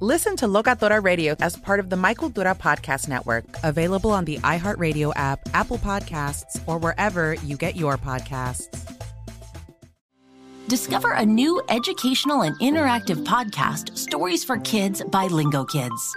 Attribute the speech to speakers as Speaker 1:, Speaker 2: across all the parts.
Speaker 1: Listen to Locatora Radio as part of the Michael Dura Podcast Network, available on the iHeartRadio app, Apple Podcasts, or wherever you get your podcasts.
Speaker 2: Discover a new educational and interactive podcast, Stories for Kids by Lingo Kids.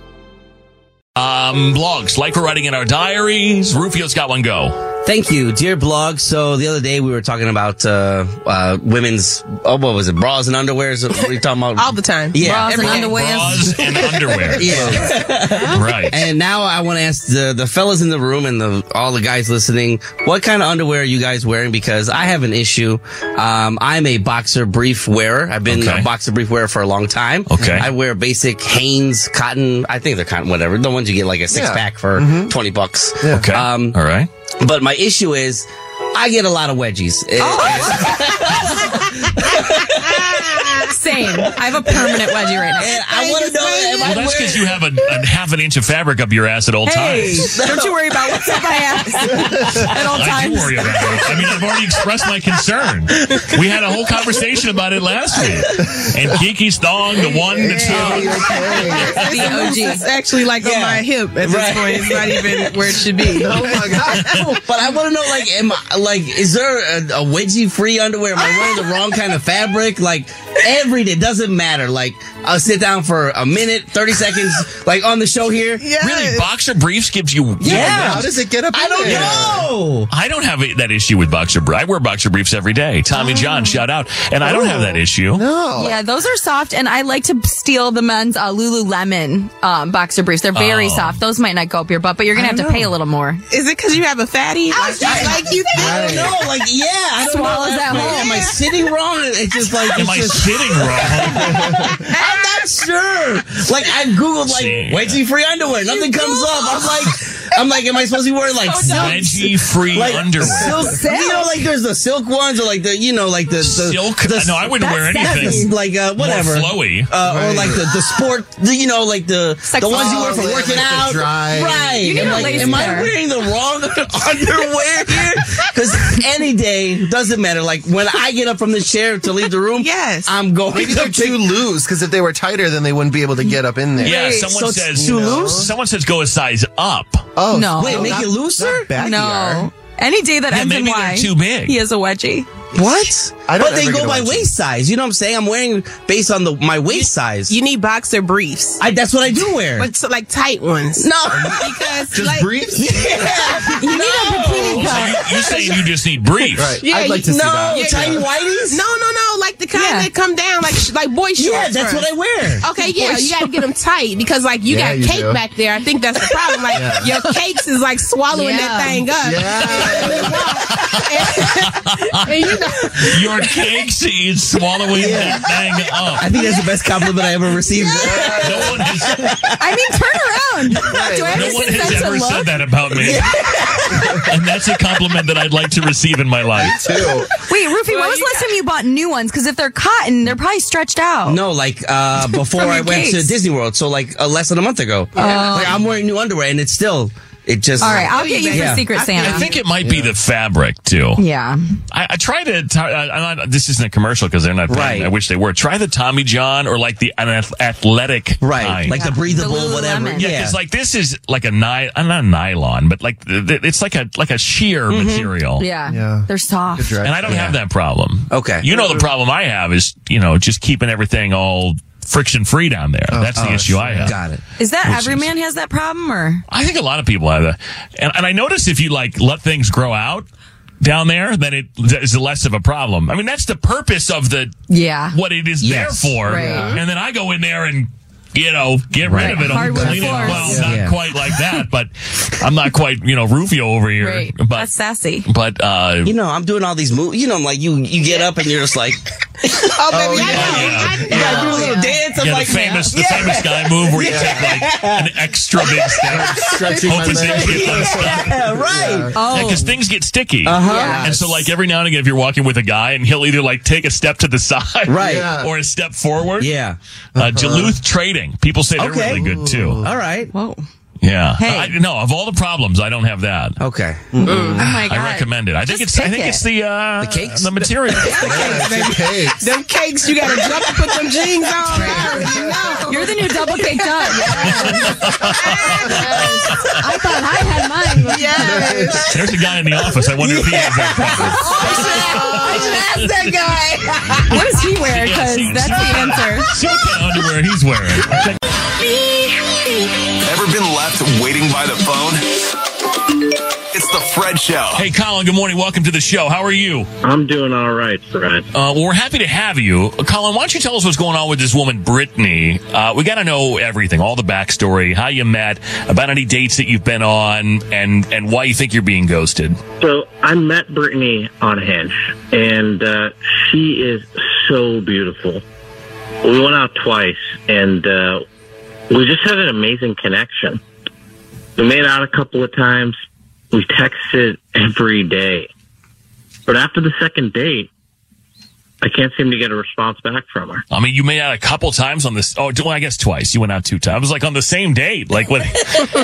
Speaker 3: Um, blogs, like we're writing in our diaries. Rufio's got one go.
Speaker 4: Thank you, dear blog. So the other day we were talking about uh, uh, women's oh, what was it? Bras and underwears. What are you talking about?
Speaker 5: All the time.
Speaker 4: yeah,
Speaker 5: Bras and
Speaker 4: every-
Speaker 5: underwear.
Speaker 3: Bras and underwear.
Speaker 4: Yeah.
Speaker 3: Right.
Speaker 4: And now I want to ask the the fellas in the room and the all the guys listening, what kind of underwear are you guys wearing? Because I have an issue. Um, I'm a boxer brief wearer. I've been
Speaker 3: Okay.
Speaker 4: a boxer brief wearer for a long time.
Speaker 3: Okay.
Speaker 4: I wear basic Hanes cotton. I think they're cotton, whatever. The ones you get like a six pack for
Speaker 5: Mm-hmm.
Speaker 4: twenty bucks.
Speaker 3: Okay.
Speaker 4: Um,
Speaker 3: All right.
Speaker 4: But my issue is, I get a lot of wedgies.
Speaker 5: Same. I have a permanent wedgie right now.
Speaker 4: And I want to know am I
Speaker 3: Well, that's because
Speaker 4: wearing-
Speaker 3: you have a, a half an inch of fabric up your ass at all times.
Speaker 5: Don't you worry about what's up my ass at all
Speaker 3: I do worry about it. I mean, I've already expressed my concern. We had a whole conversation about it last week. And Kiki's thong, the one, the two.
Speaker 5: It's actually like
Speaker 4: Yeah.
Speaker 5: hip at this
Speaker 4: Right.
Speaker 5: It's not even where it should be.
Speaker 4: but I want to know, like, am I, like, is there a, a wedgie free underwear? Am I wearing the wrong kind of fabric? Like, every day doesn't matter. Like, I'll sit down for a minute, thirty seconds, like on the show here. Yeah,
Speaker 3: Really, boxer briefs gives you.
Speaker 4: How does it get up? I don't know.
Speaker 3: I don't have that issue with boxer briefs. I wear boxer briefs every day. Tommy
Speaker 4: Oh.
Speaker 3: John, shout out. And I don't have that issue.
Speaker 5: Yeah, those are soft, and I like to steal the men's uh, Lululemon um, boxer briefs. They're very
Speaker 3: Oh.
Speaker 5: soft. Those might not go up your butt, but you're gonna have to pay a little more. Is it because you have a fatty? Like, you
Speaker 4: I don't know. Like, yeah, I don't
Speaker 5: Swallows
Speaker 4: know.
Speaker 5: at
Speaker 4: Like,
Speaker 5: home.
Speaker 4: Am I sitting wrong? It's just like
Speaker 3: Am
Speaker 4: it's
Speaker 3: I
Speaker 4: just-
Speaker 3: sitting wrong?
Speaker 4: I'm not sure. Like I googled like
Speaker 3: See.
Speaker 4: wedgie free underwear, nothing comes up. I'm like, I'm like, am I supposed to be wearing like silk?
Speaker 3: Wedgie free
Speaker 4: Like
Speaker 3: underwear.
Speaker 4: silk, you know, like there's the silk ones or like the you know like the, the
Speaker 3: Silk?
Speaker 4: the-
Speaker 3: no, I wouldn't wear
Speaker 4: that's
Speaker 3: anything.
Speaker 4: like uh,
Speaker 3: More
Speaker 4: whatever.
Speaker 3: flowy.
Speaker 4: Uh, Or like the, the sport, the, you know, like the the ones you wear for
Speaker 5: Oh, yeah,
Speaker 4: working out, right?
Speaker 5: You need
Speaker 4: I'm
Speaker 5: a
Speaker 4: like,
Speaker 5: lace
Speaker 4: am I
Speaker 5: there.
Speaker 4: wearing the wrong underwear here? Because any day doesn't matter. Like when I get up from the chair to leave the room,
Speaker 5: Yes.
Speaker 4: I'm going to pick
Speaker 6: loose because if they were tighter, then they wouldn't be able to get up in there.
Speaker 3: Yeah,
Speaker 4: Wait,
Speaker 3: someone
Speaker 4: so it's
Speaker 3: says uh,
Speaker 4: too loose?
Speaker 3: Someone says go a size up.
Speaker 6: Oh,
Speaker 5: No.
Speaker 4: Wait, make it looser?
Speaker 5: no. Any day that
Speaker 3: Yeah,
Speaker 5: ends in
Speaker 3: maybe they're
Speaker 5: Y,
Speaker 3: too big.
Speaker 5: He is a wedgie.
Speaker 4: What?
Speaker 6: I don't
Speaker 4: but they
Speaker 6: ever get
Speaker 4: go
Speaker 6: a
Speaker 4: by
Speaker 6: wedgie.
Speaker 4: waist size. You know what I'm saying? I'm wearing based on the my waist size.
Speaker 5: need boxer briefs,
Speaker 4: I, that's what I do wear.
Speaker 5: so, like tight ones.
Speaker 4: no.
Speaker 5: because
Speaker 6: Just briefs?
Speaker 5: you need a bikini
Speaker 3: Oh, So you, you're saying you just need briefs.
Speaker 6: Right.
Speaker 5: Yeah,
Speaker 6: I'd like to
Speaker 4: no,
Speaker 6: see that.
Speaker 4: tiny whiteys?
Speaker 5: no, no. Like
Speaker 7: like the kind that come down like sh- like boy shorts.
Speaker 4: Yeah, that's what I
Speaker 5: Oh,
Speaker 4: wear.
Speaker 7: Okay, yeah,
Speaker 4: Boy
Speaker 7: you gotta get them tight because like you
Speaker 4: Yeah,
Speaker 7: got
Speaker 4: you
Speaker 7: cake
Speaker 4: do.
Speaker 7: back there. I think that's the problem. Like
Speaker 4: Yeah.
Speaker 7: your cakes is like swallowing that
Speaker 4: Yeah.
Speaker 7: thing up. And you know,
Speaker 3: Your cakes is swallowing that thing up.
Speaker 4: I think that's the best compliment I ever received.
Speaker 3: No one has,
Speaker 7: I mean, turn around. Do I
Speaker 3: no
Speaker 7: ever
Speaker 3: one
Speaker 7: see
Speaker 3: has
Speaker 7: such a
Speaker 3: ever
Speaker 7: look?
Speaker 3: said that about me. and that's a compliment that I'd like to receive in my life.
Speaker 6: too.
Speaker 8: Wait, Rufy, when was the last time you bought new ones? Because if they're cotton, they're probably stretched out.
Speaker 4: No, like uh, before
Speaker 8: From
Speaker 4: I
Speaker 8: your
Speaker 4: went
Speaker 8: cakes.
Speaker 4: to Disney World, so like uh, less than a month ago.
Speaker 8: Yeah. Um,
Speaker 4: Like I'm wearing new underwear, and it's still it just.
Speaker 8: All right, I'll get you for
Speaker 4: Yeah.
Speaker 8: Secret Santa.
Speaker 3: I think it might be the fabric too.
Speaker 8: Yeah.
Speaker 3: I, I try to. T- I, am not, this isn't a commercial because they're not. Right. I wish they were. Try the Tommy John or like the an ath- athletic. Right.
Speaker 4: like the breathable, whatever.
Speaker 3: Yeah, because like this is like a ni- uh, not nylon, but like th- th- it's like a like a sheer
Speaker 4: Mm-hmm.
Speaker 3: material.
Speaker 8: Yeah. They're soft.
Speaker 3: And I don't have that problem.
Speaker 4: Okay.
Speaker 3: You know the problem I have is you know just keeping everything all friction free down there. That's the
Speaker 4: oh,
Speaker 3: issue I
Speaker 4: sure.
Speaker 3: have.
Speaker 4: Got it.
Speaker 8: Is that
Speaker 3: Which
Speaker 8: every man has that problem or?
Speaker 3: I think a lot of people have that, and, and I notice if you like let things grow out down there, then it is less of a problem. I mean, that's the purpose of the
Speaker 8: Yeah.
Speaker 3: what it is
Speaker 8: Yes.
Speaker 3: there for,
Speaker 8: Right.
Speaker 3: and then I go in there and. You know, get
Speaker 8: Right.
Speaker 3: rid of it. I'm
Speaker 8: Hardwood
Speaker 3: cleaning it.
Speaker 8: floors.
Speaker 3: Well,
Speaker 8: Yeah.
Speaker 3: not
Speaker 8: Yeah.
Speaker 3: quite like that, but I'm not quite, you know, Rufio over here.
Speaker 8: Right.
Speaker 3: But
Speaker 8: That's sassy.
Speaker 3: But uh
Speaker 4: You know, I'm doing all these moves. You know, I'm like you. You get up and you're just like,
Speaker 7: oh, baby,
Speaker 3: yeah,
Speaker 4: you gotta do a little dance. I'm
Speaker 3: yeah,
Speaker 4: like,
Speaker 3: the famous, the
Speaker 4: Yeah.
Speaker 3: famous guy move where you take like an extra big step,
Speaker 4: Stretching my
Speaker 3: hoping things
Speaker 4: legs.
Speaker 3: get unstuck.
Speaker 4: Yeah, right.
Speaker 8: Oh.
Speaker 3: Yeah, because things get sticky.
Speaker 4: Uh-huh.
Speaker 3: And so, like, every now and again, if you're walking with a guy and he'll either, like, take a step to the side
Speaker 4: Right. Yeah.
Speaker 3: or a step forward.
Speaker 4: Yeah. Uh-huh.
Speaker 3: Uh, Duluth trading. People say they're
Speaker 4: Okay.
Speaker 3: really good, too.
Speaker 4: All right.
Speaker 8: Whoa.
Speaker 3: Yeah.
Speaker 8: Hey.
Speaker 3: I, no, of all the problems, I don't have that.
Speaker 4: Okay.
Speaker 8: Oh my God.
Speaker 3: I recommend it. I think it's.
Speaker 8: Just
Speaker 3: I
Speaker 8: pick
Speaker 3: think
Speaker 8: it.
Speaker 3: it's the uh, the cakes, the material.
Speaker 7: Them cakes, you gotta jump and put them jeans on.
Speaker 8: You're the new double caked up. I thought I had mine.
Speaker 7: Yes.
Speaker 3: There's a guy in the office. I wonder if he has that problem.
Speaker 8: I
Speaker 7: should ask that
Speaker 8: guy. what does he wear?
Speaker 3: Yeah,
Speaker 8: Because
Speaker 3: see-
Speaker 8: that's
Speaker 3: see-
Speaker 8: the answer.
Speaker 3: See what kind of underwear he's wearing.
Speaker 9: Ever been left waiting by the phone? It's the Fred Show.
Speaker 3: Hey, Colin. Good morning. Welcome to the show. How are you?
Speaker 10: I'm doing all right, Fred.
Speaker 3: Uh, well, we're happy to have you, Uh, Colin. Why don't you tell us what's going on with this woman, Brittany? Uh, we got to know everything, all the backstory, how you met, about any dates that you've been on, and and why you think you're being ghosted.
Speaker 10: So I met Brittany on Hinge, and uh, she is so beautiful. We went out twice, and uh, we just have an amazing connection. We made out a couple of times. We texted every day. But after the second date, I can't seem to get a response back from her.
Speaker 3: I mean, you made out a couple times on this. Oh, well, I guess twice. You went out two times. It was like on the same date. Like when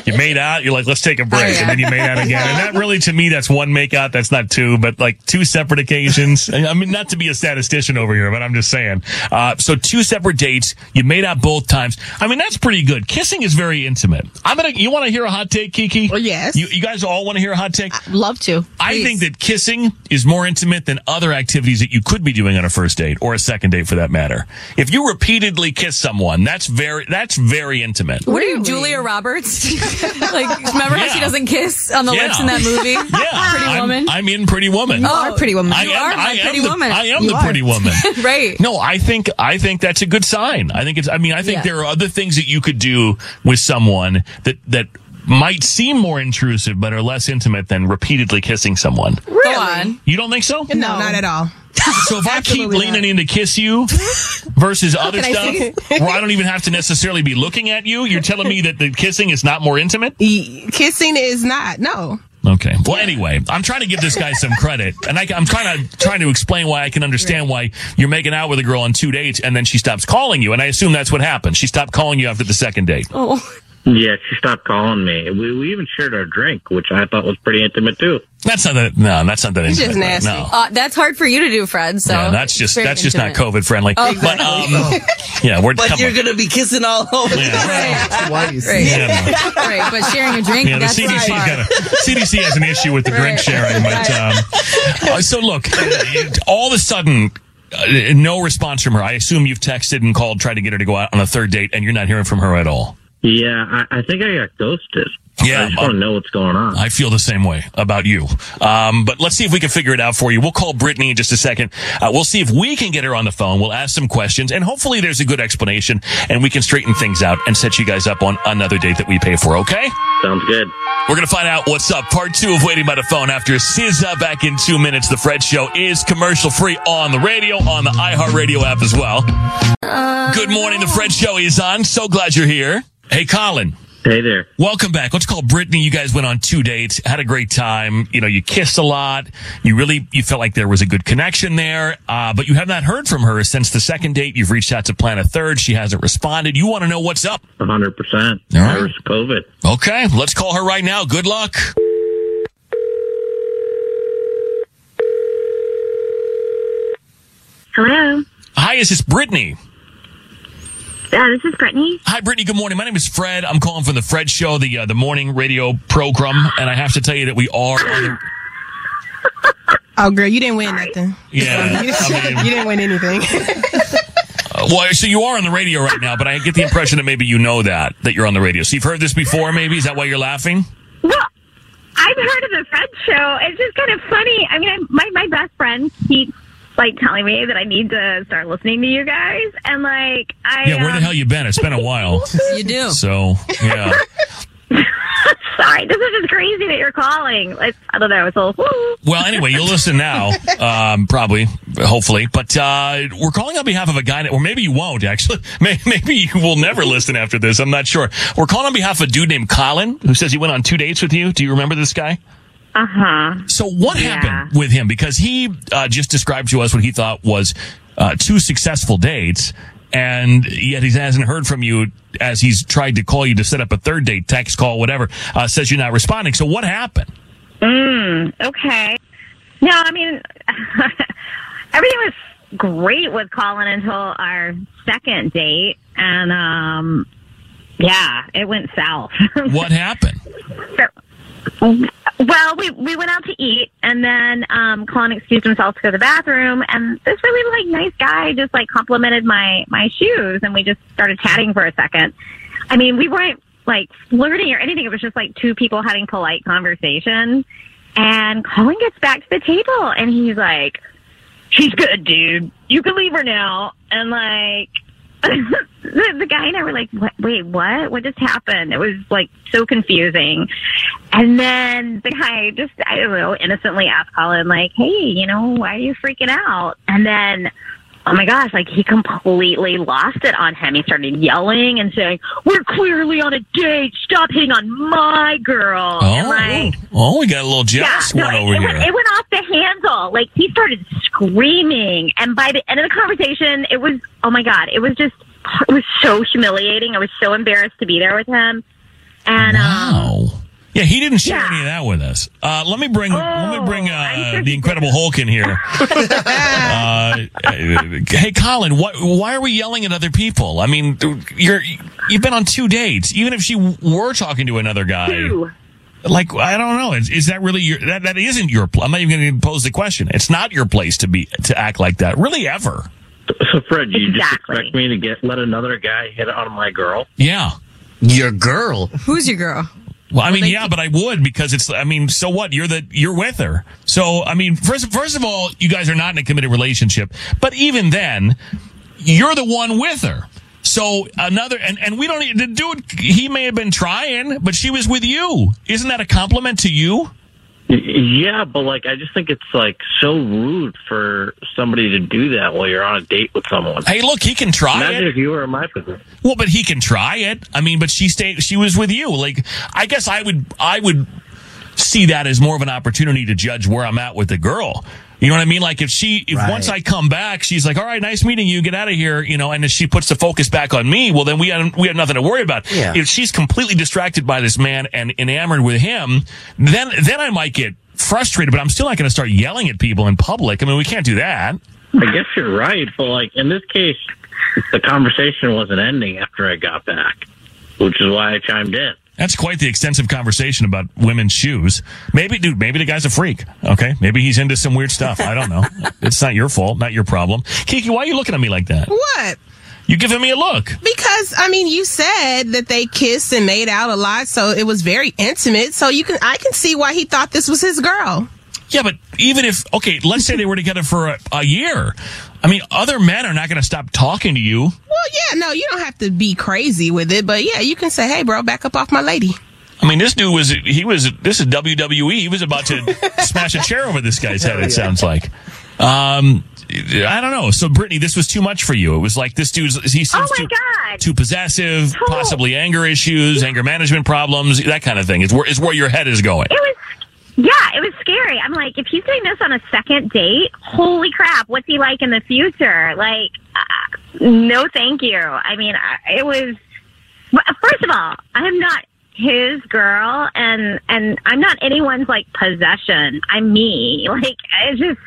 Speaker 3: you made out, you're like, let's take a break, and then you made out again. And that really, to me, that's one make out. That's not two, but like two separate occasions. And I mean, not to be a statistician over here, but I'm just saying. Uh, so two separate dates. You made out both times. I mean, that's pretty good. Kissing is very intimate. I'm gonna. You want to hear a hot take, Kiki? Oh yes. You, you guys all want to hear a hot take?
Speaker 5: Love to.
Speaker 3: I think that kissing is more intimate than other activities that you could be doing on a first date or a second date for that matter. If you repeatedly kiss someone, that's very that's very intimate.
Speaker 8: What are you, Julia Roberts? like, remember how she doesn't kiss on the
Speaker 3: Yeah.
Speaker 8: lips in that movie?
Speaker 3: Yeah.
Speaker 8: Pretty
Speaker 3: I'm,
Speaker 8: Woman.
Speaker 3: I'm in Pretty Woman.
Speaker 8: You
Speaker 11: Oh,
Speaker 8: are Pretty Woman.
Speaker 3: I
Speaker 8: You
Speaker 3: am,
Speaker 8: are my
Speaker 3: I am
Speaker 8: Pretty
Speaker 3: the,
Speaker 8: Woman.
Speaker 3: I am
Speaker 8: You
Speaker 3: the
Speaker 8: are.
Speaker 3: Pretty Woman.
Speaker 8: right.
Speaker 3: No, I think I think that's a good sign. I think it's. I mean, I think
Speaker 8: Yeah.
Speaker 3: there are other things that you could do with someone that that might seem more intrusive, but are less intimate than repeatedly kissing someone.
Speaker 5: Really? Go on.
Speaker 3: You don't think so?
Speaker 5: No, not at all.
Speaker 3: So if I keep
Speaker 5: Absolutely
Speaker 3: leaning in to kiss you versus other
Speaker 5: can I
Speaker 3: stuff,
Speaker 5: see?
Speaker 3: where I don't even have to necessarily be looking at you, you're telling me that the kissing is not more intimate.
Speaker 7: Kissing is not, no.
Speaker 3: Okay. Well, anyway, I'm trying to give this guy some credit, and I, am trying to trying to explain why I can understand why you're making out with a girl on two dates, and then she stops calling you, and I assume that's what happened. She stopped calling you after the second date.
Speaker 8: Oh.
Speaker 10: Yeah, she stopped calling me. We, we even shared our drink, which I thought was pretty intimate too.
Speaker 3: That's not that. No, that's not that
Speaker 8: It's
Speaker 3: intimate.
Speaker 8: just nasty.
Speaker 3: No.
Speaker 8: Uh, that's hard for you to do, Fred. So
Speaker 3: yeah, that's just
Speaker 8: Very
Speaker 3: that's just not
Speaker 8: intimate.
Speaker 3: COVID friendly.
Speaker 8: Oh,
Speaker 3: But um, yeah, we're
Speaker 4: But
Speaker 3: come
Speaker 4: you're
Speaker 3: on.
Speaker 4: gonna be kissing all over.
Speaker 6: Twice.
Speaker 8: Right.
Speaker 3: Yeah, no.
Speaker 8: right, but sharing a drink,
Speaker 3: Yeah, the
Speaker 8: that's
Speaker 3: CDC,
Speaker 8: right.
Speaker 3: got a, CDC has an issue with the drink sharing, but um, uh, so look, it- all of a sudden. Uh, no response from her. I assume you've texted and called, tried to get her to go out on a third date, and you're not hearing from her at all.
Speaker 10: Yeah, I, I think I got ghosted.
Speaker 3: Yeah,
Speaker 10: I just want to know what's going on.
Speaker 3: I feel the same way about you. Um, but let's see if we can figure it out for you. We'll call Brittany in just a second. Uh, we'll see if we can get her on the phone. We'll ask some questions and hopefully there's a good explanation and we can straighten things out and set you guys up on another date that we pay for. Okay.
Speaker 10: Sounds good.
Speaker 3: We're going to find out what's up. Part two of Waiting by the Phone after SZA back in two minutes. The Fred Show is commercial free on the radio, on the iHeartRadio app as well. Good morning. The Fred Show is on. So glad you're here. Hey, Colin.
Speaker 10: Hey there.
Speaker 3: Welcome back. Let's call Brittany. You guys went on two dates, had a great time. You know, you kissed a lot. You really, you felt like there was a good connection there. Uh, but you have not heard from her since the second date. You've reached out to plan a third. She hasn't responded. You want to know what's up.
Speaker 10: 100%.
Speaker 3: All right.
Speaker 10: Virus COVID.
Speaker 3: Okay. Let's call her right now. Good luck.
Speaker 12: Hello.
Speaker 3: Hi, is this Brittany?
Speaker 12: Yeah, this is Brittany.
Speaker 3: Hi, Brittany. Good morning. My name is Fred. I'm calling from the Fred Show, the uh, the morning radio program, and I have to tell you that we are. On the,
Speaker 11: Oh, girl, you didn't win nothing.
Speaker 3: yeah,
Speaker 11: you,
Speaker 3: I mean,
Speaker 11: you didn't win anything.
Speaker 3: uh, well, so you are on the radio right now, but I get the impression that maybe you know that that you're on the radio. So you've heard this before, maybe? Is that why you're laughing?
Speaker 12: Well, I've heard of the Fred show. It's just kind of funny. I mean, I, my my best friend keeps like telling me that I need to start listening to you guys, and like I
Speaker 3: yeah. Where the
Speaker 12: um,
Speaker 3: hell you been? It's been a while.
Speaker 12: You do.
Speaker 3: So yeah.
Speaker 12: Sorry, this is just crazy that you're calling. It's, I don't know. It's a little.
Speaker 3: Well, anyway, you'll listen now, um, probably, hopefully. But uh, we're calling on behalf of a guy, that, or maybe you won't. Actually, May- maybe you will never listen after this. I'm not sure. We're calling on behalf of a dude named Colin who says he went on two dates with you. Do you remember this guy?
Speaker 12: Uh huh.
Speaker 3: So what happened with him? Because he uh, just described to us what he thought was uh, two successful dates, and yet he hasn't heard from you as he's tried to call you to set up a third date, text, call, whatever. Uh, says you're not responding. So what happened?
Speaker 12: Mm, okay. No, I mean, everything was great with Colin until our second date, and um, yeah, it went south.
Speaker 3: What happened?
Speaker 12: well, we we went out to eat, and then um, Colin excused himself to go to the bathroom, and this really like nice guy just like complimented my my shoes, and we just started chatting for a second. I mean, we weren't like flirting or anything. It was just like two people having polite conversation. And Colin gets back to the table, and he's like, "She's good, dude. You can leave her now." And like. the, the guy and I were like, what, wait, what? What just happened? It was like so confusing. And then the guy just, I don't know, innocently asked Colin, like, hey, you know, why are you freaking out? And then, oh my gosh, like he completely lost it on him. He started yelling and saying, we're clearly on a date. Stop hitting on my girl. and like,
Speaker 3: Oh, we got a little jealous
Speaker 12: no,
Speaker 3: one
Speaker 12: it-
Speaker 3: over
Speaker 12: it,
Speaker 3: here.
Speaker 12: Went, it went off the handle. Like he started screaming, and by the end of the conversation, it was oh my god, it was just it was so humiliating. I was so embarrassed to be there with him, and um,
Speaker 3: Yeah, he didn't share any of that with us. Uh, let me bring let me
Speaker 12: Oh,
Speaker 3: bring uh, the Incredible Hulk in here. uh, hey, Colin, why, why are we yelling at other people? I mean, you're you've been on two dates. Even if she were talking to another guy,
Speaker 12: Two.
Speaker 3: like I don't know, is, is that really your that that isn't your? Pl- I'm not even going to pose the question. It's not your place to be to act like that, really, ever.
Speaker 10: So, Fred, you just expect me to get let another guy hit on my girl?
Speaker 3: Yeah,
Speaker 4: your girl.
Speaker 8: Who's your girl?
Speaker 3: Well, I mean, yeah, but I would because it's. I mean, so what? You're the you're with her. So I mean, first first of all, you guys are not in a committed relationship. But even then, you're the one with her. So another, and and we don't. e- The dude, he may have been trying, but she was with you. Isn't that a compliment to you?
Speaker 10: Y- Yeah, but like I just think it's like so rude for somebody to do that while you're on a date with someone.
Speaker 3: Hey, look, he can try
Speaker 10: Imagine
Speaker 3: it.
Speaker 10: if you were in my position.
Speaker 3: Well, but he can try it. I mean, but she stayed. She was with you. Like, I guess I would. I would see that as more of an opportunity to judge where I'm at with the girl. You know what I mean? Like if she, if once I come back, she's like, "All right, nice meeting you. Get out of here," you know, and if she puts the focus back on me, well, then we have, we have nothing to worry about.
Speaker 4: Yeah.
Speaker 3: If she's completely distracted by this man and enamored with him, then then I might get frustrated. But I'm still not going to start yelling at people in public. I mean, we can't do that.
Speaker 10: I guess you're right, but like in this case, the conversation wasn't ending after I got back, which is why I chimed in.
Speaker 3: That's quite the extensive conversation about women's shoes. Maybe, dude, maybe the guy's a freak. Okay. Maybe he's into some weird stuff. I don't know. it's not your fault, not your problem. Kiki, why are you looking at me like that?
Speaker 11: what?
Speaker 3: You giving me a look?
Speaker 11: Because I mean, you said that they kissed and made out a lot, so it was very intimate. So you can, I can see why he thought this was his girl.
Speaker 3: Yeah, but even if okay, let's say they were together for a, a year. I mean, other men are not going to stop talking to you.
Speaker 11: Well, yeah, no, you don't have to be crazy with it, but yeah, you can say, "Hey, bro, back up off my lady."
Speaker 3: I mean, this dude was he was this is WWE. He was about to smash a chair over this guy's head. It sounds like. Um, I don't know. So, Brittany, this was too much for you. It was like this dude's he seems
Speaker 12: Oh my
Speaker 3: too,
Speaker 12: God.
Speaker 3: too possessive, possibly anger issues, anger management problems, that kind of thing. Is where is where your head is going.
Speaker 12: It was, yeah, it was scary. I'm like, if he's doing this on a second date, holy crap, what's he like in the future? Like, uh, no, thank you. I mean, I- it was. but First of all, I am not his girl, and and I'm not anyone's like possession. I'm me. Like, it's just,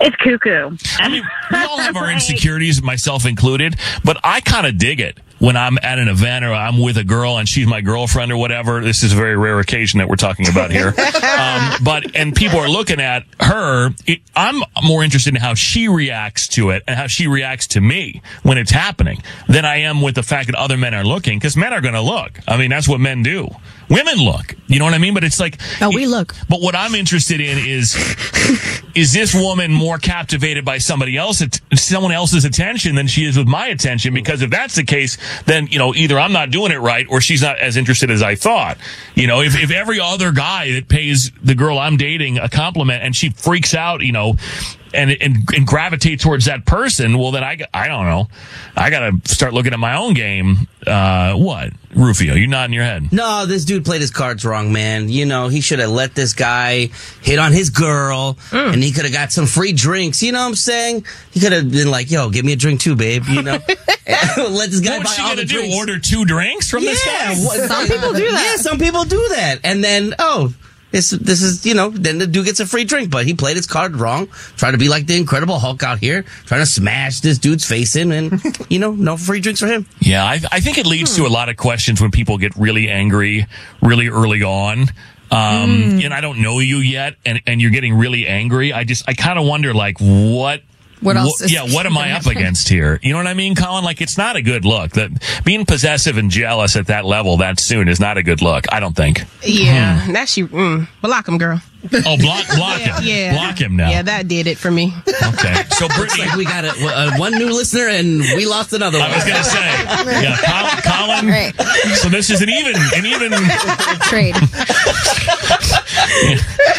Speaker 12: it's cuckoo. I mean,
Speaker 3: we all have our insecurities, myself included. But I kind of dig it when I'm at an event or I'm with a girl and she's my girlfriend or whatever. This is a very rare occasion that we're talking about here. um, but and people are looking at her. It, I'm more interested in how she reacts to it and how she reacts to me when it's happening than I am with the fact that other men are looking because men are going to look. I mean, that's what men do. Women look. You know what I mean? But it's like no, we look. But what I'm interested in is is this woman more captivated by somebody else, someone else's attention than she is with my attention? Because if that's the case, then, you know, either I'm not doing it right or she's not as interested as I thought. You know, if, if every other guy that pays the girl I'm dating a compliment and she freaks out, you know, and, and, and gravitate towards that person, well, then I, g- I don't know. I got to start looking at my own game. Uh, what? Rufio, you nodding your head.
Speaker 4: No, this dude played his cards wrong, man. You know, he should have let this guy hit on his girl
Speaker 3: Mm.
Speaker 4: and he could have got some free drinks. You know what I'm saying? He could have been like, yo, give me a drink too, babe. You know? let this guy
Speaker 3: What
Speaker 4: buy
Speaker 3: was she
Speaker 4: all
Speaker 3: gonna
Speaker 4: the
Speaker 3: do?
Speaker 4: drinks.
Speaker 3: Order two drinks from this guy?
Speaker 4: what-
Speaker 3: Some people do that.
Speaker 4: Yeah, some people do that. And then, oh, this, this is, you know, then the dude gets a free drink, but he played his card wrong, trying to be like the Incredible Hulk out here, trying to smash this dude's face in, and, you know, no free drinks for him.
Speaker 3: Yeah, I, I think it leads
Speaker 11: Hmm.
Speaker 3: to a lot of questions when people get really angry really early on.
Speaker 11: Hmm.
Speaker 3: Um, And I don't know you yet, and, and you're getting really angry. I just, I kind of wonder, like, what.
Speaker 8: What else is-
Speaker 3: yeah, what am I up against here? You know what I mean, Colin? Like, it's not a good look. That being possessive and jealous at that level that soon is not a good look. I don't think. Hmm.
Speaker 11: Yeah, now she mm, block him, girl.
Speaker 3: Oh, block, block him.
Speaker 11: Yeah,
Speaker 3: Block him now.
Speaker 11: Yeah, that did it for me.
Speaker 3: Okay, so Brittany,
Speaker 4: we got a, uh, one new listener and we lost another one.
Speaker 3: I was gonna say, yeah, Col- Colin. So this is an even, an even
Speaker 13: trade.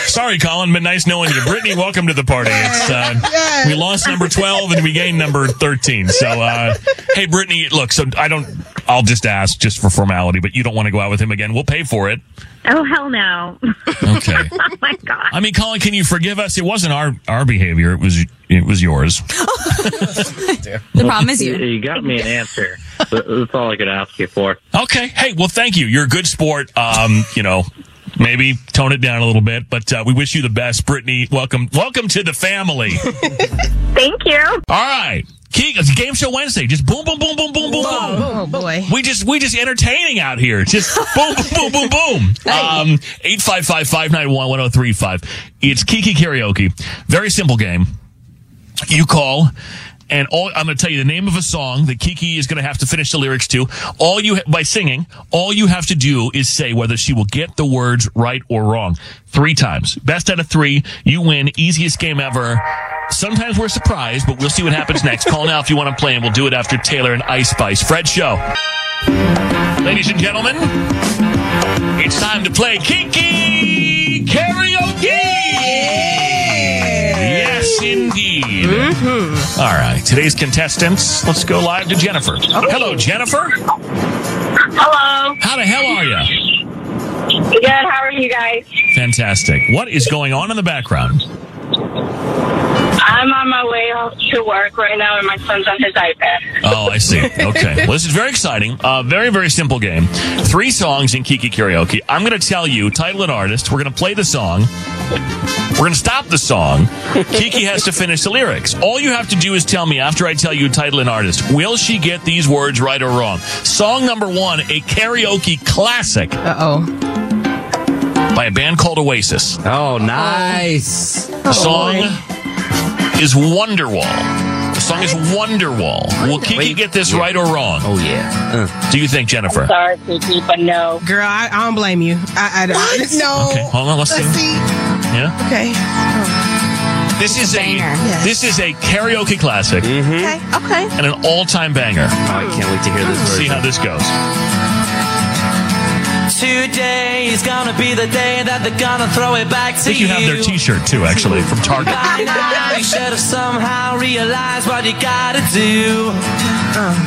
Speaker 3: Sorry, Colin, but nice knowing you. Brittany, welcome to the party. It's, uh,
Speaker 11: Yes.
Speaker 3: We lost number 12 and we gained number 13. So, uh, hey, Brittany, look, so I don't, I'll just ask just for formality, but you don't want to go out with him again. We'll pay for it.
Speaker 12: Oh hell no!
Speaker 3: Okay.
Speaker 12: oh my god.
Speaker 3: I mean, Colin, can you forgive us? It wasn't our, our behavior. It was, it was yours.
Speaker 8: The problem is you.
Speaker 10: You got me an answer. That- That's all I could ask you for.
Speaker 3: Okay. Hey, well, thank you. You're a good sport. Um, you know, maybe tone it down a little bit, but, uh, we wish you the best. Brittany, welcome, welcome to the family.
Speaker 12: Thank you.
Speaker 3: All right. Keeg, it's Game Show Wednesday. Just boom, boom, boom, boom, boom, boom, boom.
Speaker 11: Oh boy.
Speaker 3: We just we just entertaining out here. Just boom, boom, boom, boom, boom. Um, 855-591-1035. It's Kiki Karaoke. Very simple game. You call and all I'm going to tell you the name of a song that Kiki is going to have to finish the lyrics to. All you ha- by singing, all you have to do is say whether she will get the words right or wrong. 3 times. Best out of 3, you win. Easiest game ever. Sometimes we're surprised, but we'll see what happens next. Call now if you want to play and we'll do it after Taylor and Ice Spice. Fred Show. Ladies and gentlemen, it's time to play Kiki Karaoke! Yes, indeed. All right, today's contestants, let's go live to Jennifer. Hello, Jennifer.
Speaker 14: Hello.
Speaker 3: How the hell are you?
Speaker 14: Good. How are you guys?
Speaker 3: Fantastic. What is going on in the background?
Speaker 14: I'm on my way off to work right now, and my son's on his iPad.
Speaker 3: Oh, I see. Okay. Well, this is very exciting. Uh, very, very simple game. Three songs in Kiki Karaoke. I'm going to tell you title and artist. We're going to play the song. We're going to stop the song. Kiki has to finish the lyrics. All you have to do is tell me after I tell you title and artist. Will she get these words right or wrong? Song number one, a karaoke classic. Uh oh. By a band called Oasis. Oh, nice. The song is Wonderwall. The song is Wonderwall. Will Kiki get this right or wrong? Oh yeah. Do you think, Jennifer?
Speaker 14: Sorry, Kiki, but no.
Speaker 11: Girl, I, I don't blame you. I, I don't. No.
Speaker 3: Okay, hold on, let's see. Yeah.
Speaker 11: Okay.
Speaker 3: This is a, this is a karaoke classic. Mm-hmm.
Speaker 11: Okay.
Speaker 3: And an all-time banger.
Speaker 4: I can't wait to hear this.
Speaker 3: See how this goes.
Speaker 15: Today is gonna be the day that they're gonna throw it back
Speaker 3: I
Speaker 15: to
Speaker 3: think you have their T-shirt too, actually, from Target.
Speaker 15: By now, you should have somehow realized what you gotta do.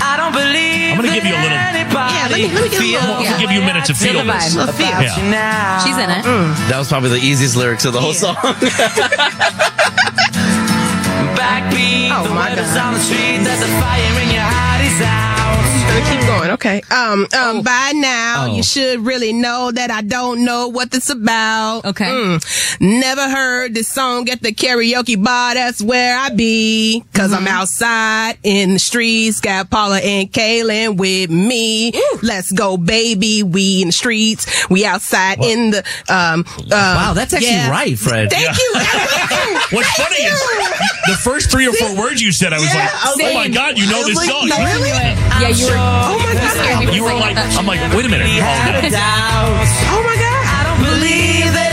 Speaker 15: I don't believe
Speaker 3: I'm gonna give you a little.
Speaker 15: anybody
Speaker 3: Yeah, let me- let me get a
Speaker 15: feels
Speaker 3: little- I'm gonna give you a minute to
Speaker 15: the way
Speaker 3: feel
Speaker 15: I
Speaker 3: this.
Speaker 15: feel
Speaker 3: Feel the vibe.
Speaker 15: about you now.
Speaker 8: She's in
Speaker 11: Um,
Speaker 8: it.
Speaker 4: That was probably the easiest lyrics of the whole song.
Speaker 15: Backbeat, the word is on the street that the fire in your heart is out.
Speaker 11: Gonna keep going. Okay. Um. Um.
Speaker 8: Oh.
Speaker 11: By now,
Speaker 4: Oh,
Speaker 11: you should really know that I don't know what this about. Okay. Never heard this song at the karaoke bar. That's where I be. because i I'm outside in the streets. Got Paula and Kaylin with me. Let's go, baby. We in the streets. We outside in the. Um. wow,
Speaker 4: that's actually right, Fred.
Speaker 11: Thank
Speaker 4: Yeah.
Speaker 11: you.
Speaker 3: What's funny is the first three or four words you said, I was like,
Speaker 4: I was
Speaker 3: "Oh my
Speaker 4: like-
Speaker 3: god, you
Speaker 4: I
Speaker 3: know
Speaker 4: was
Speaker 3: this
Speaker 4: like,
Speaker 3: song."
Speaker 4: no, really?
Speaker 8: Yeah, you were. Oh my god.
Speaker 3: You were like, I'm like, wait a minute. Oh, no.
Speaker 11: Oh my god.
Speaker 15: I don't believe that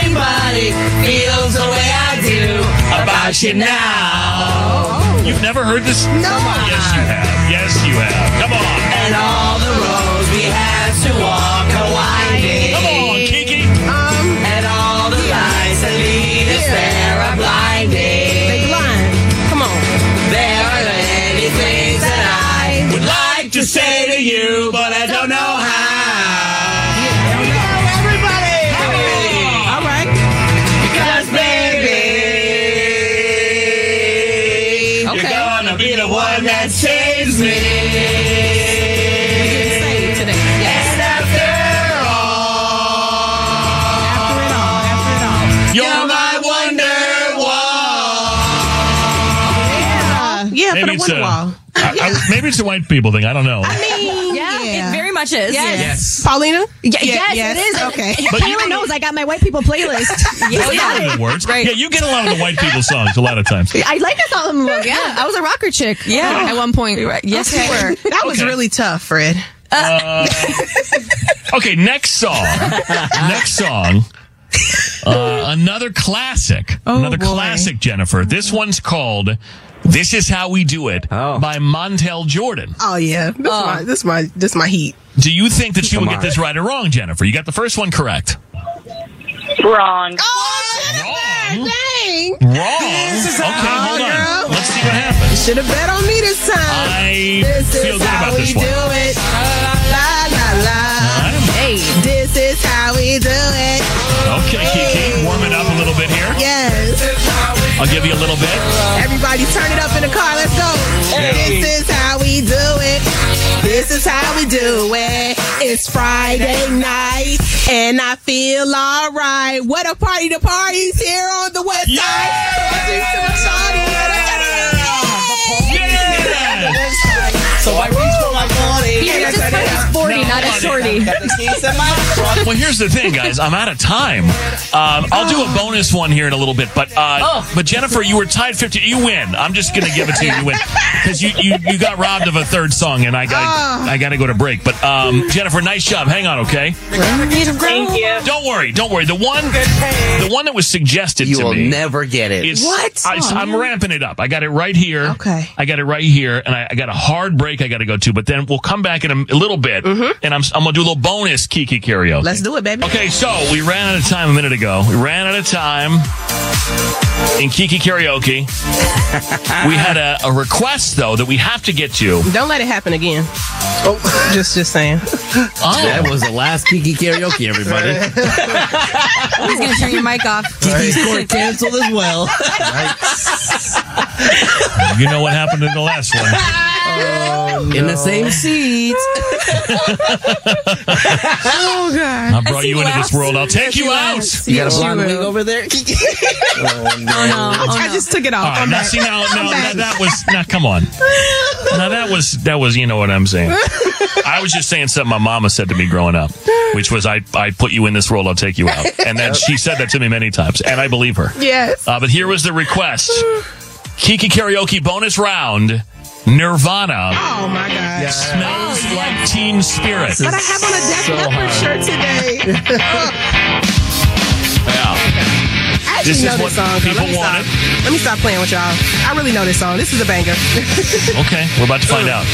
Speaker 15: anybody feels the way I do about you now.
Speaker 3: You've never heard this? No. Yes, you have. Yes, you have. Come on.
Speaker 15: And all the roads we had to walk are winding.
Speaker 3: Come on, Kiki.
Speaker 15: and all the lights that lead us there are blinding.
Speaker 11: They blind. Come on.
Speaker 15: There are many things that I would like to say to you, but I don't know how. Here we go, everybody! All right. Because, baby, you're gonna be the one that saves me. And after all, you're my wonder wall.
Speaker 11: Yeah,
Speaker 3: Maybe it's, uh, I- I- maybe it's a white people thing. I don't know.
Speaker 8: Yeah, it very much is.
Speaker 11: Yes.
Speaker 3: Yes.
Speaker 11: Paulina?
Speaker 16: Ye- yes, it is.
Speaker 11: Okay.
Speaker 3: But you-
Speaker 16: Kayla knows I got my white people playlist.
Speaker 3: But you know the words. Yeah, you get a lot of the white people songs a lot of times.
Speaker 16: I like us all them. Yeah, I was a rocker chick.
Speaker 11: Yeah.
Speaker 16: at one point.
Speaker 11: Yes,
Speaker 16: Okay.
Speaker 11: you were. That was
Speaker 3: Okay.
Speaker 11: really tough, Fred.
Speaker 3: Uh, okay, next song. next song. Uh, another classic.
Speaker 11: Oh,
Speaker 3: another classic, Jennifer. This one's called This Is How We Do It by Montel Jordan.
Speaker 11: Oh yeah, this my this my this my heat.
Speaker 3: Do you think that she will
Speaker 11: Come
Speaker 3: get
Speaker 11: on.
Speaker 3: this right or wrong, Jennifer? You got the first one correct.
Speaker 14: Wrong.
Speaker 11: Dang.
Speaker 3: Wrong.
Speaker 11: This is
Speaker 3: okay,
Speaker 11: how-
Speaker 3: hold on.
Speaker 11: girl.
Speaker 3: Let's see what happens.
Speaker 11: You should have bet on me this time.
Speaker 3: I
Speaker 11: this
Speaker 3: feel
Speaker 11: is
Speaker 3: good
Speaker 11: how
Speaker 3: about
Speaker 11: we
Speaker 3: this
Speaker 11: do
Speaker 3: one.
Speaker 11: it. La la la. Hey. This is how we do it.
Speaker 3: Okay, Kiki, warm it up a little bit here.
Speaker 11: Yes.
Speaker 3: I'll give you a little bit.
Speaker 11: Everybody turn it up in the car. Let's go.
Speaker 3: Hey.
Speaker 11: This is how we do it. This is how we do it. It's Friday night and I feel all right. What a party. The party's here on the west side.
Speaker 15: So I reach for my body.
Speaker 16: Yeah, you just put it as 40, not as shorty.
Speaker 3: Uh, Well, here's the thing, guys. I'm out of time. Um, I'll do a bonus one here in a little bit, but uh,
Speaker 16: Oh.
Speaker 3: but Jennifer, you were tied 50. You win. I'm just gonna give it to you. You win because you, you you got robbed of a third song, and I got I got to go to break. But um, Jennifer, nice job. Hang on, okay?
Speaker 14: Thank you.
Speaker 3: Don't worry, don't worry. The one the one that was suggested
Speaker 4: You
Speaker 3: to
Speaker 4: will
Speaker 3: me.
Speaker 4: never get it.
Speaker 3: It's,
Speaker 4: What?
Speaker 3: I,
Speaker 4: Oh,
Speaker 3: I'm
Speaker 4: man.
Speaker 3: ramping it up. I got it right here. Okay. I got it right here, and I, I got a hard break I got to go to. But then we'll come back in a, m- a little bit, and I'm, s- I'm gonna do a little bonus Kiki karaoke.
Speaker 11: Let's do it, baby.
Speaker 3: Okay, so we ran out of time a minute ago. We ran out of time in Kiki karaoke. we had a, a request though that we have to get to.
Speaker 11: Don't let it happen again. Oh, just just saying.
Speaker 4: That was the last Kiki karaoke, everybody.
Speaker 8: He's gonna turn your mic off.
Speaker 4: Kiki's court canceled as well.
Speaker 3: You know what happened in the last one.
Speaker 4: In the same seats.
Speaker 11: Oh god.
Speaker 3: I brought you into this world. I'll take you out.
Speaker 4: You got a blonde wig over there?
Speaker 11: I, I just took it off.
Speaker 3: All right,
Speaker 11: I'm
Speaker 3: now
Speaker 11: back.
Speaker 3: see now,
Speaker 11: I'm
Speaker 3: now,
Speaker 11: back.
Speaker 3: now that was now come on. Now that was that was you know what I'm saying. I was just saying something my mama said to me growing up, which was I I put you in this world, I'll take you out, and then she said that to me many times, and I believe her.
Speaker 11: Yes.
Speaker 3: Uh, but here was the request. Kiki Karaoke bonus round. Nirvana.
Speaker 11: Oh my God.
Speaker 3: Smells like Teen Spirit.
Speaker 11: But I have on a Def Leppard shirt today.
Speaker 3: Yeah.
Speaker 11: I actually
Speaker 3: This is
Speaker 11: know
Speaker 3: what
Speaker 11: this song. though.
Speaker 3: people
Speaker 11: Let me stop.
Speaker 3: wanted.
Speaker 11: Let me stop playing with y'all. I really know this song. This is a banger.
Speaker 3: Okay, we're about to find out.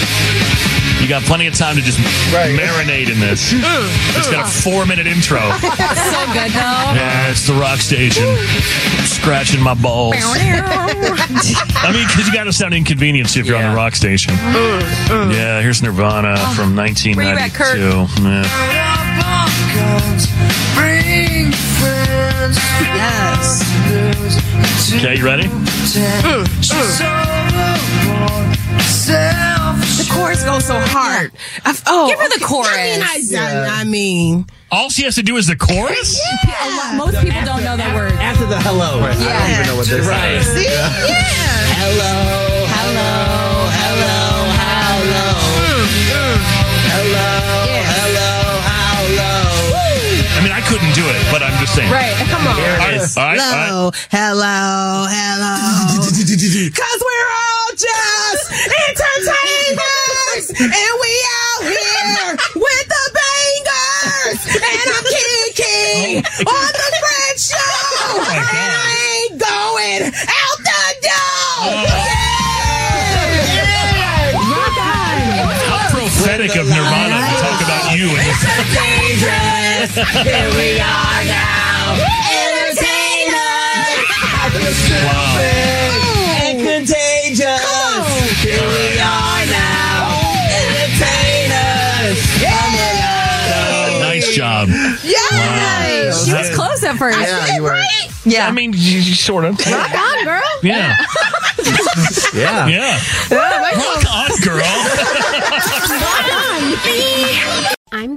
Speaker 3: You got plenty of time to just marinate in this. It's got a four minute intro.
Speaker 15: so good though.
Speaker 3: Yeah, it's the rock station. Scratching my balls. I mean, because you got to sound inconvenienced if you're on the rock station. Yeah, here's Nirvana from
Speaker 15: Uh, Oh. where you at, Kurt?
Speaker 3: 1992. Yeah.
Speaker 15: Yes.
Speaker 3: Okay, you ready?
Speaker 11: The chorus goes so hard. I f- oh, give her the chorus. I mean, I, I, I mean,
Speaker 3: All she has to do is the chorus?
Speaker 11: most people don't know that word.
Speaker 7: After the hello.
Speaker 15: Right, I don't Yeah. even know what this
Speaker 7: right.
Speaker 15: is.
Speaker 7: See?
Speaker 15: Hello, hello, hello, hello. Hello, hello, hello.
Speaker 3: I mean, I couldn't do it, but I'm just saying.
Speaker 11: Come on.
Speaker 3: All right, all right, all right.
Speaker 11: hello, Oh, hello, hello. Cause we're all just entertainers, and we out here with the bangers. And I'm kicking on the Fred Show,
Speaker 3: Oh
Speaker 11: and I ain't going out the
Speaker 3: Oh.
Speaker 11: door. Yeah.
Speaker 3: How prophetic of Nirvana to talk about you. And
Speaker 15: dangerous. Here we are now. Entertainers. Wow. And contagious. Here we are now. Entertainers.
Speaker 3: Uh, Nice job.
Speaker 15: Yeah.
Speaker 3: Wow.
Speaker 8: She was close at first. Yeah.
Speaker 3: I mean, you, you sort of.
Speaker 8: Rock on, girl.
Speaker 15: Yeah.
Speaker 3: Yeah. Yeah.
Speaker 15: Rock
Speaker 3: on,
Speaker 13: I'm